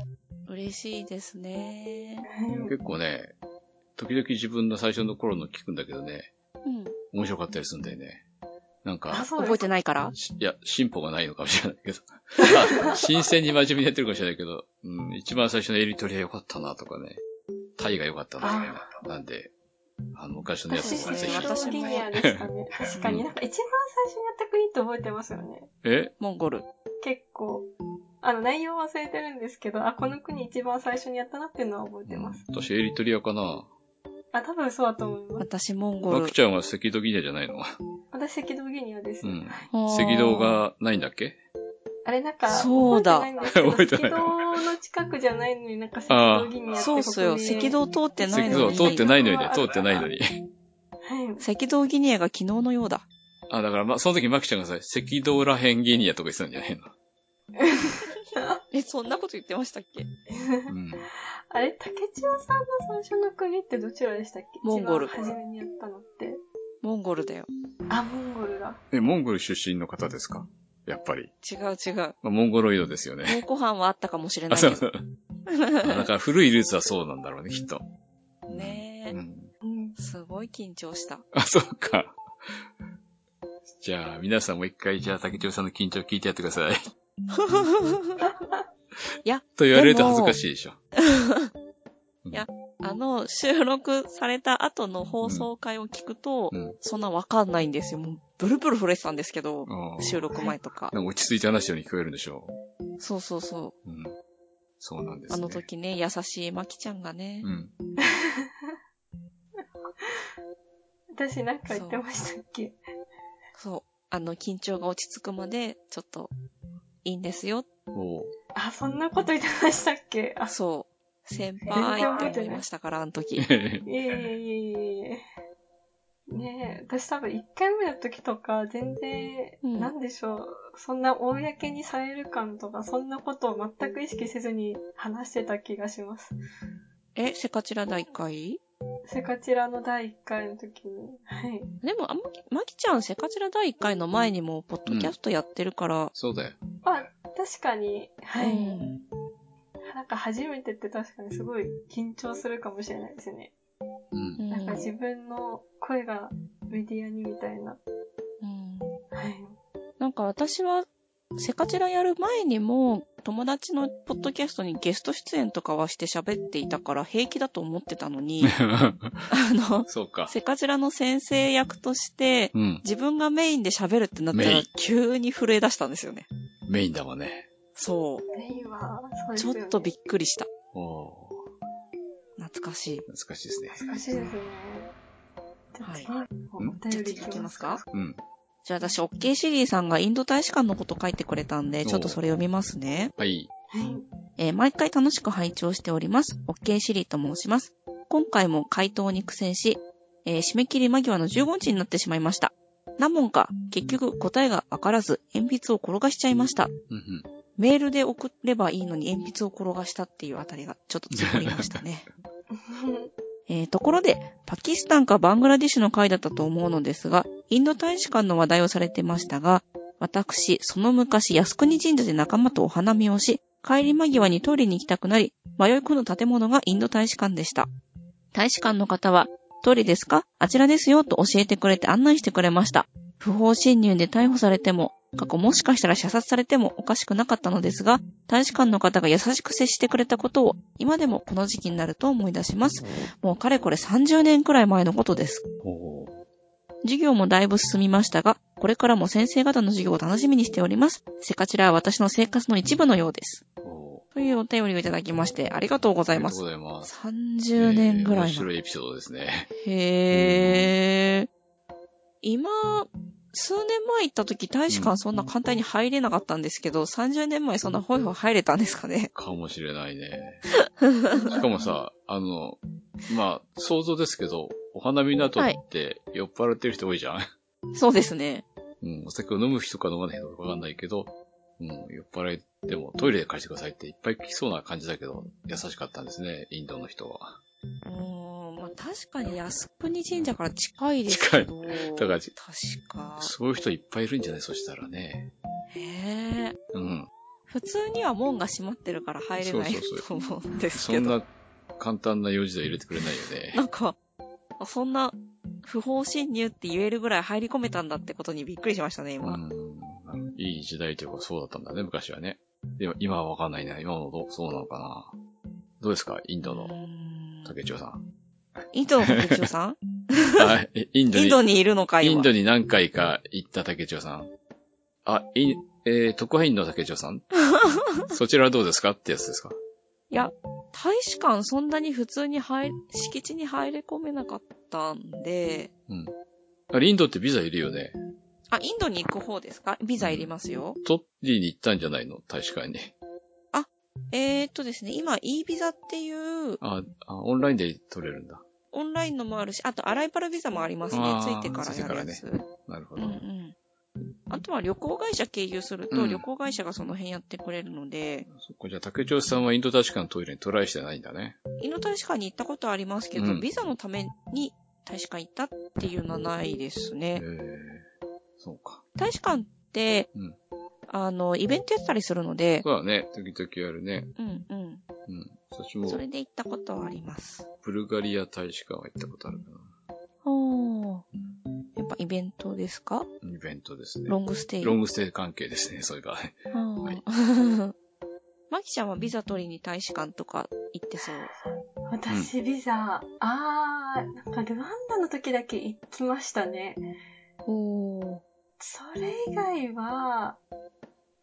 嬉しいですね。うん結構ね、時々自分の最初の頃の聞くんだけどね、うん。面白かったりするんだよね。なんあ、か、そう覚でえす。てないからしいや、進歩がないのかもしれないけど。あ新鮮に真面目にやってるかもしれないけど、うん、一番最初のエリトリは良かったなとかね、タイが良かったなとかね。なんで、あの、昔のやつ私、もそうね、ですぜねひ。私シもリアでしたね。確かうに、なんんか一番最初にやった国って覚えてますよね。えモンゴル。結構。あの、内容忘れてるんですけど、あ、この国一番最初にやったなっていうのは覚えてます。うん私エリトリアかな。あ、多分そうだと思います。私、モンゴマルク。ちゃんは赤道ギニアじゃないの私、赤道ギニアです。うん。あー赤道。がないんだっけあれ、なんか、そうだ覚えてないんですけど覚えてない赤道の近くじゃないのになんか赤あー道ギニアってそうっすよ。国名赤道通ってな赤いの道に。通ってないのにね、あ通ってないのに。はい。赤道ギニアが昨日のようだ。あ、だから、ま、その時マキちゃんがさ、赤道らへんギニアとか言ってたんじゃないのえ、そんなこと言ってましたっけうん。あれ、竹千代さんの最初の国ってどちらでしたっけモンゴル一番初めにやったのって。モンゴルだよ。あ、モンゴルだ。え、モンゴル出身の方ですかやっぱり。違う違う。まあ、モンゴロイドですよね。蒙古飯はあったかもしれなあ、いそけうど。そう。あだから古いルーツはそうなんだろうね、きっと。ねうえ。ん。うん。すごい緊張した。あ、そうか。じゃあ、皆さんもう一回、じゃあ、竹長さんの緊張聞いてやってください。いや、と言われると恥ずかしいでしょ。いやあの、収録された後の放送回を聞くと、うん。そんなわかんないんですよ。もう、ブルブル震えてたんですけど、あー収録前とか。なんか落ち着いて話したように聞こえるんでしょ。そうそうそううん。そうなんでう。すあね。の。時ね、優しいまきちゃんがねう、ん。私なんか言ってましたっけそう、あの、緊張が落ち着くまで、ちょっと、いいんですよ。 <laughs> おうあ、そんなこと言ってましたっけあ、そう、先輩って思いましたから、あの時。いえいえいえいえいえ。ねえ、私多分1回目の時とか、全然、うんなんでしょう、そんな公にされる感とか、そんなことを全く意識せずに話してた気がします。え、セカチラ大会セカチラの第1回の時に。はい。でも、あんまき、まきちゃん、セカチラ第1回の前にも、ポッドキャストやってるから、そうだよ。まあ、確かに、うはい。ん。なんか初めてって確かにすごい緊張するかもしれないですね。うんう。んなんか自分の声がメディアにみたいな。うんはい。なんか私は、セカチラやる前にも、友達のポッドキャストにゲスト出演とかはして喋っていたから平気だと思ってた <laughs> のに、あの、そうか。セカジラの先生役として、うん。自分がメインで喋るってなったメイらン急に震え出したんですよね。メインだもんね。そメインは、そうう。ですちよょねっとびっくりした。おー懐かしい。懐かしいですね。難しいですね。はいじゃあ次お便りいきますかうん。じゃあ私、オッケーシリーさんがインド大使館のこと書いてくれたんで、ちょっとそれ読みますね。はい。はい。えー毎回楽しく拝聴しております。オッケーシリーと申します。今回も回答に苦戦し、えー締め切り間際の15日になってしまいました。何問か、結局答えがわからず、鉛筆を転がしちゃいました。うんうん。メールで送ればいいのに鉛筆を転がしたっていうあたりがちょっと突っ込みましたね。えーところで、パキスタンかバングラディッシュの回だったと思うのですが、インド大使館の話題をされてましたが、私、その昔、靖国神社で仲間とお花見をし、帰り間際にトイレに行きたくなり、迷い込む建物がインド大使館でした。大使館の方は、トイレですかあちらですよと教えてくれて案内してくれました。不法侵入で逮捕されても、過去もしかしたら射殺されてもおかしくなかったのですが、大使館の方が優しく接してくれたことを、今でもこの時期になると思い出します。もうかれこれ30年くらい前のことです。おー授業もだいぶ進みましたが、これからも先生方の授業を楽しみにしております。セカチラは私の生活の一部のようです。おというお便りをいただきまして、ありがとうごーあざいりがとまうすご。ざいます。 30年ぐえー面らい前。白いエピソードです <laughs> ね。へー。今、数年前行った時、大使館そんな簡単に入れなかったんですけど、30年前そんなホイホイ入れたんですか <laughs> ね。かもしれないね。しかも <laughs> さ、あの、まあ、想像ですけど、お花見の後って酔っ払ってる人多いじゃん、そうですね。うん、お酒を飲む人か飲まない人かわかんないけど、うん、酔っ払いでもトイレで貸してくださいっていっぱい聞きそうな感じだけど、優しかったんですね、インドの人は。うーん、まあ確かに靖国神社から近いですけど。だから確か。そういう人いっぱいいるんじゃないそしたらね。へえ。うん。普通には門が閉まってるから入れないそうそうと思うんですそけんど。な簡単な用事では入れてくれないよね。なんか、あそんな不法侵入って言えるぐらい入り込めたんだってことにびっくりしましたね、今。うん。いい時代というかそうだったんだね、昔はね。でも今はわかんないな。今もどそうなのかな。どうですかインドうーのん竹千代さ <laughs> ん。インドの竹千代さんはい。 <laughs> インドインに、ドにいるのか、今。インドに何回か行った竹千代さん。あ、い、えー、特派員の竹千代さ <laughs> んそちらはどうですかってやつですかいや、大使館そんなに普通に入、敷地に入れ込めなかったんで、あれ、インドってビザいるよね。あ、インドに行く方ですかビザいりますよ。トッリーに行ったんじゃないの確かに。えーっとですね、今 E ビザっていう、あ、あオンラインで取れるんだ。オンラインのもあるし、あとアライバルビザもありますねあ。ーついてからやるやついてつ。なるほうんど。うん。あとは旅行会社経由するうと、ん旅行会社がその辺やってくれるので、そこじゃあ竹千代さんはインド大使館のトイレにトライしてないんだね。インド大使館に行ったことはありますけど、うんビザのために大使館行ったっていうのはないですへえね。そうか。大使館って、うんあの、イベントやってたりするの <laughs> で、そうだね。時々やるね。うんうん。うん。私そもれで行ったことはあります。ブルガリア大使館は行ったことあるかおー。やっぱイベントですかな。イベントですねロ。ングステイ。ロングステイ関係ですね、そういえば。うんはい <laughs> マキちゃんはビザ取りに大使館とか行ってそう。私、ビザ、あー、なんかルワンダの時だけ行きましたね。おー。それ以外は、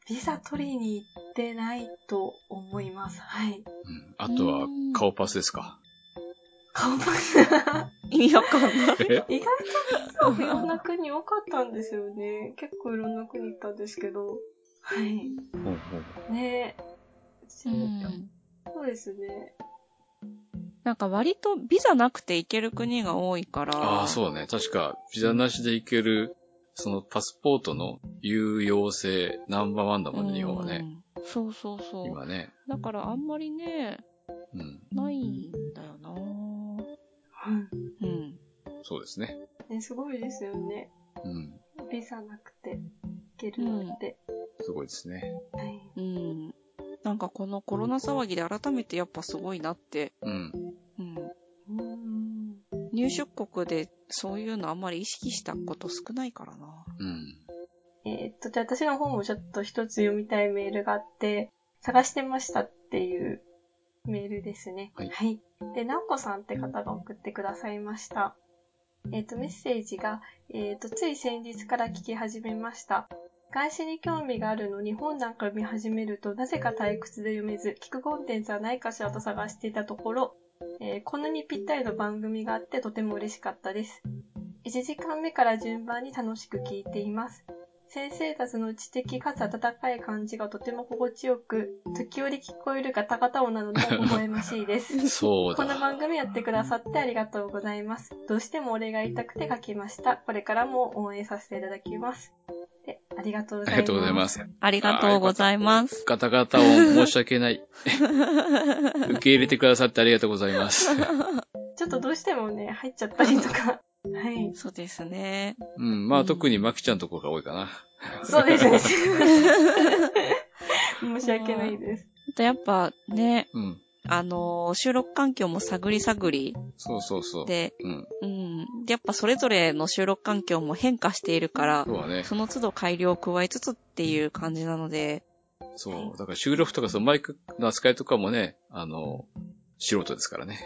ビザ取りに行ってないと思います。はい。うん。あとはうん、顔パスですか。顔パス。意 <laughs> 外意味わかんない。えとそう、いろんな国多かったんですよね。結構いろんな国行ったんですけど。はい。ほうほうねえ。うちもうんそうですね。なんか割とビザなくて行ける国が多いから。ああ、う。そうだね。確か、ビザなしで行ける、そのパスポートの有用性ナンバーワンだもんね、日本はね。。そうそうそう。今ね。だからあんまりね、うん。ないんだよなううんん。そうですね。ね、すごいですよね。うん。ビザなくて行けるのって。すごいですね。はい。うん。なんかこのコロナ騒ぎで改めてやっぱすごいなって。うん。うん。うん。入出国でそういうのあんまり意識したこと少ないからな。うん。えーっと、じゃあ私の方もちょっと一つ読みたいメールがあって、探してましたっていうメールですね。はい。で、なおこさんって方が送ってくださいました。えっ、と、メッセージが、えっ、と、つい先日から聞き始めました。外資に興味があるのに本なんか読み始めるとなぜか退屈で読めず、聞くコンテンツはないかしらと探していたところ、えーこんなにぴったりの番組があってとても嬉しかったです。1時間目から順番に楽しく聞いています。先生たちの知的かつ温かい感じがとても心地よく、時折聞こえるガタガタ音なども微笑ましいですそうこのだ。番組やってくださってありがとうございます。どうしてもお礼が言いたくて書きました。これからも応援させていただきます。でありがとうごあざりいます。がとうございます。ありがとうございます。ガタガタ音申し訳ない。 <laughs> 受け入れてくださってありがとうございます。ちょっとどうしてもね、入っちゃったりとか。 <laughs> はい。そうですね。うん、まあ特にマキちゃんとこが多いかな。そうです <laughs> ね。申し訳ないです。あとやっぱね、うん。あのー収録環境も探り探りそうそうそう。で、うん。うん。やっぱそれぞれの収録環境も変化しているからそう、だね。その都度改良を加えつつっていう感じなので、そう。だから収録とかそのマイクの扱いとかもね、あの、素人ですからね。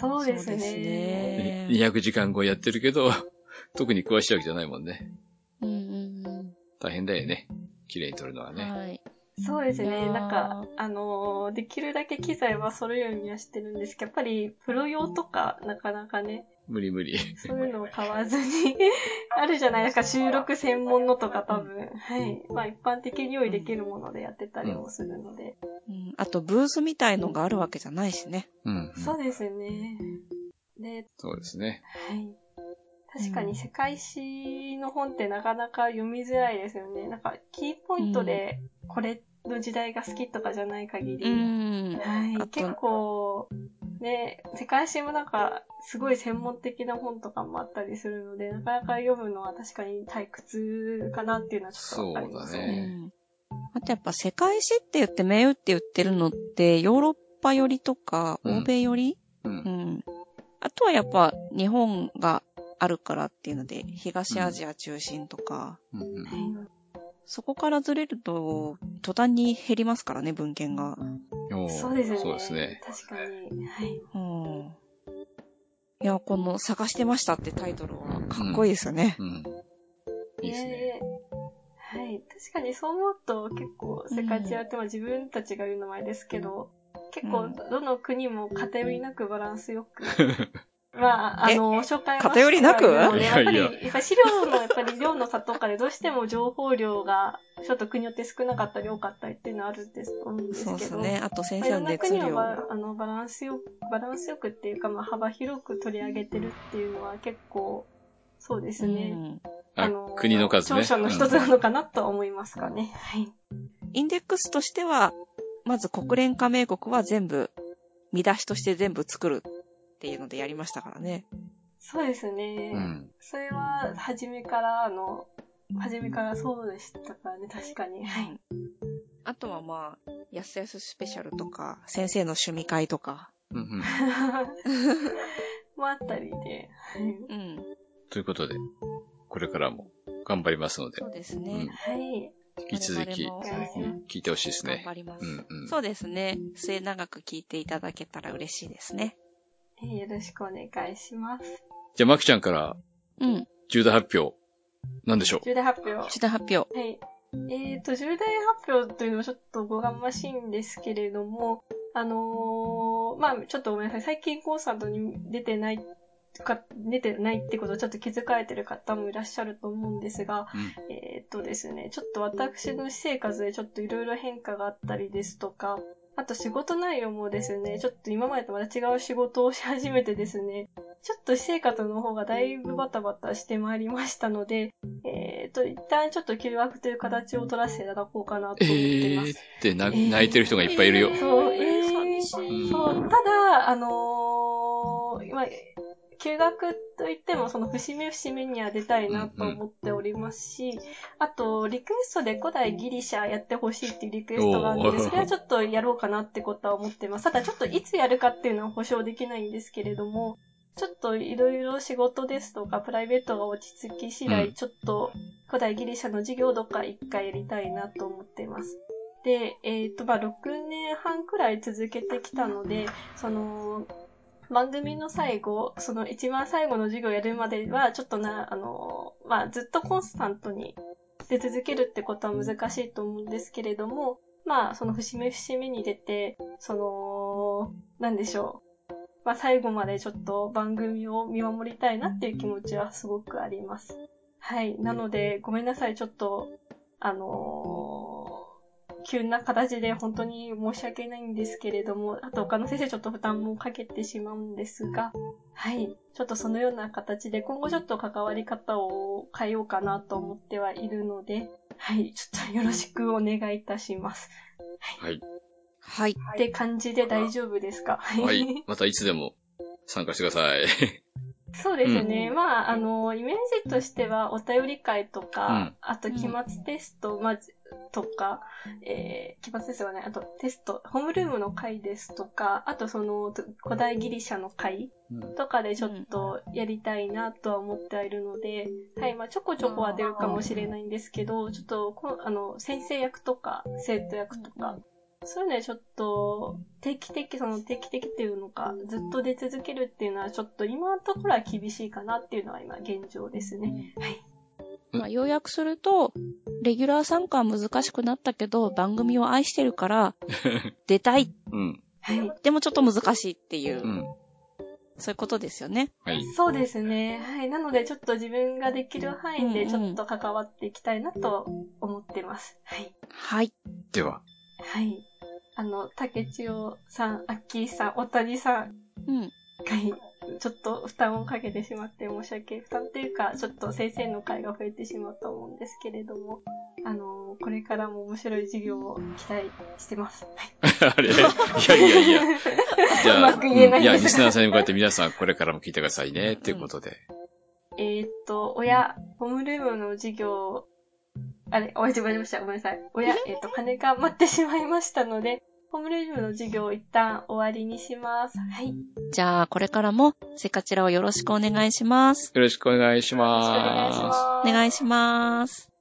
そうですそうね。ですねえー200時間後やってるけど、 <laughs> 特に詳しいわけじゃないもんね。うんうん大変だよね。綺麗に撮るのはうん。ね。はい。そうですいやね。ーなんか、あのーできるだけ機材は揃えるようにはしてるんですけど、やっぱりプロ用とか、なかなかね、無理無理。そういうのを買わず <laughs> に、あるじゃないですか、収録専門のとか多分。はい。まあ一般的に用意できるものでやってたりもするので。うんあと、ブースみたいのがあるわけじゃないしね。うんうん。そうですね。で、そうですね。はい。確かに世界史の本ってなかなか読みづらいですよね。なんか、キーポイントでこれの時代が好きとかじゃない限り。うん。はあい。と結構、ね、世界史もなんか、すごい専門的な本とかもあったりするので、なかなか読むのは確かに退屈かなっていうのはちょっとわかりますそうだうねね。んあとやっぱ世界史って言って、名打って言ってるのって、ヨーロッパ寄りとか、うん欧米寄り、う。うんん、あとはやっぱ日本があるからっていうので、東アジア中心とか、うんうんそこからずれると、途端に減りますからね、文献が。おはーいそうですね。そうですね。確かに。はい。うん。いや、この、探してましたってタイトルは、かっこいいですよね。うん。いいですね。ねはい。確かにそう思うと結構世界中やっても自分たちが言うのもあれですけど、結構どの国も偏りなくバランスよく。まあ、あえの、紹介は偏りなくしてはいるのでやっぱいり、ややいっぱり資料のやっぱり量の差とかでどうしても情報量がちょっと国によって少なかったり多かったりっていうのはあるんです、思うんですけそうど。ですね。あと先まあい生ろんのな熱国を量バが。あのバランスよく、バランスよくっていうか、まあ、幅広く取り上げてるっていうのは結構、そうですね。うんあ、国の数ね。長所の一つなのかなとは思いますかね。はい。インデックスとしては、まず国連加盟国は全部、見出しとして全部作るっていうのでやりましたからね。そうですね。うん。うんそれは、初めから、あの、初めからそうでしたからね、確かに。はい。あとはまあ、やすやすスペシャルとか、先生の趣味会とか。うんうん。 <laughs> もあったりで。はいうん。ということで、これからも頑張りますのでそ、うですうんね。はい。引き続き我々もうん聞いてほしいです頑ね。張ります。うんうん。そうですね。末長く聞いていただけたら嬉しいですね。えーよろしくお願いします。じゃあ、まきちゃんからうん。重大発表、なんでしょう重大発表。はちょっと発表。い。えっ、と、重大発表というのもちょっとごがましいんですけれども、あのーまあちょっとごめんなさい。最近コンサートに出てないか、出てないってことをちょっと気づかれてる方もいらっしゃると思うんですが、えーっとですね、ちょっと私の私生活でちょっといろいろ変化があったりですとか、あと仕事内容もですね、ちょっと今までとまた違う仕事をし始めてですね、ちょっと私生活の方がだいぶバタバタしてまいりましたので、えーっと、一旦ちょっと休学という形を取らせていただこうかなと思ってえまーっす。てなえー泣いてる人がいっぱいいるよ。そう、えー、寂しいそう、ただ、あのー、今、休学といっても、その節目節目には出たいなと思っておりますし、あと、リクエストで古代ギリシャやってほしいっていうリクエストがあるのおで、ーそれはちょっとやろうかなってことは思ってます。ただ、ちょっといつやるかっていうのは保証できないんですけれども、ちょっといろいろ仕事ですとか、プライベートが落ち着き次うん第、ちょっと古代ギリシャの授業とか一回やりたいなと思ってます。で、えっ、と、まあ、6年半くらい続けてきたので、その、番組の最後、その一番最後の授業やるまでは、ちょっとな、あの、まあ、ずっとコンスタントに出続けるってことは難しいと思うんですけれども、まあ、その節目節目に出て、その、なんでしょう。まあ、最後までちょっと番組を見守りたいなっていう気持ちはすごくあります。はい。なので、ごめんなさい。ちょっと、あのー急な形で本当に申し訳ないんですけれども、あと他の先生ちょっと負担もかけてしまうんですが、はい。ちょっとそのような形で、今後ちょっと関わり方を変えようかなと思ってはいるので、はい。ちょっとよろしくお願いいたします。はい。はい。って感じで大丈夫ですかははい。またいつでも参加してください。そうですね。まあ、あの、イメージとしては、お便り会とか、うんあと、期末テスト、まあ、とか、えー、期末テストはね、あと、テスト、ホームルームの会ですとか、あと、その、と古代ギリシャの会うんとかでちょっとやりたいなとは思ってはいるので、はい、まあ、ちょこちょこは出るかもしれないんですけど、ちょっとこ、あの、先生役とか、生徒役とか、そういうのはちょっと、定期的、その定期的っていうのか、ずっと出続けるっていうのは、ちょっと今のところは厳しいかなっていうのは今現状ですね。うんまあ、要約すると、レギュラー参加は難しくなったけど、番組を愛して <laughs> るから、出たい。うん。はい。でもちょっと難しいっていう、うん。そういうことですよね。はい。そうですね。はい。なので、ちょっと自分ができる範囲うで、んちょっと関わっていきたいなと思ってます。はい。はい。で <laughs> は、はい。あの、竹千代さん、アッキーさん、おたりさん、うん。はい。ちょっと負担をかけてしまって申し訳、負担というか、ちょっと先生の会が増えてしまうと思うんですけれども、あのこれからも面白い授業を期待してます。あれいやいやいや。じゃあ、うまく言えなういんいや、ですリスナーさんに向かって皆さんこれからも聞いてくださいね、っていうことで。えーっと、親、ホームルームの授業、あれ、おやじまりました。ごめんなさい。親、えーっと、金が待ってしまいましたので、ホームルームの授業を一旦終わりにします。はい。じゃあ、これからも、セカチラをよろしくお願いします。よろしくお願いしよろしくお願まいしす。まおす。願いします。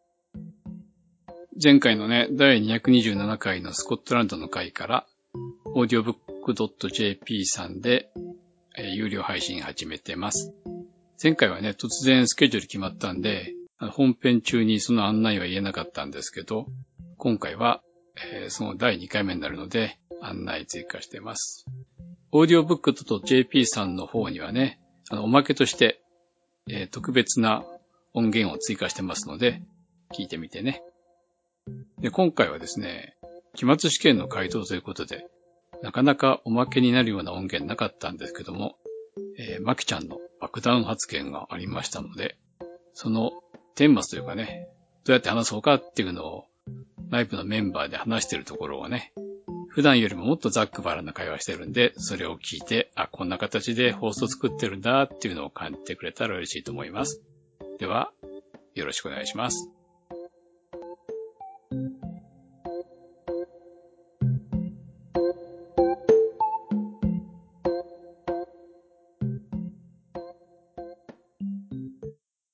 前回のね、第227回のスコットランドの回から、audiobook.jp さんで、えー有料配信始めてます。前回はね、突然スケジュール決まったんで、あの本編中にその案内は言えなかったんですけど、今回は、えーその第2回目になるので、案内追加してます。audiobook.jp さんの方にはね、あの、おまけとして、えー特別な音源を追加してますので、聞いてみてね。で、今回はですね、期末試験の回答ということで、なかなかおまけになるような音源なかったんですけども、えー、まきちゃんの爆弾発言がありましたので、その、顛末というかね、どうやって話そうかっていうのを、内部のメンバーで話してるところをね、普段よりももっとざっくばらんな会話してるんで、それを聞いて、あ、こんな形で放送作ってるんだっていうのを感じてくれたら嬉しいと思います。では、よろしくお願いします。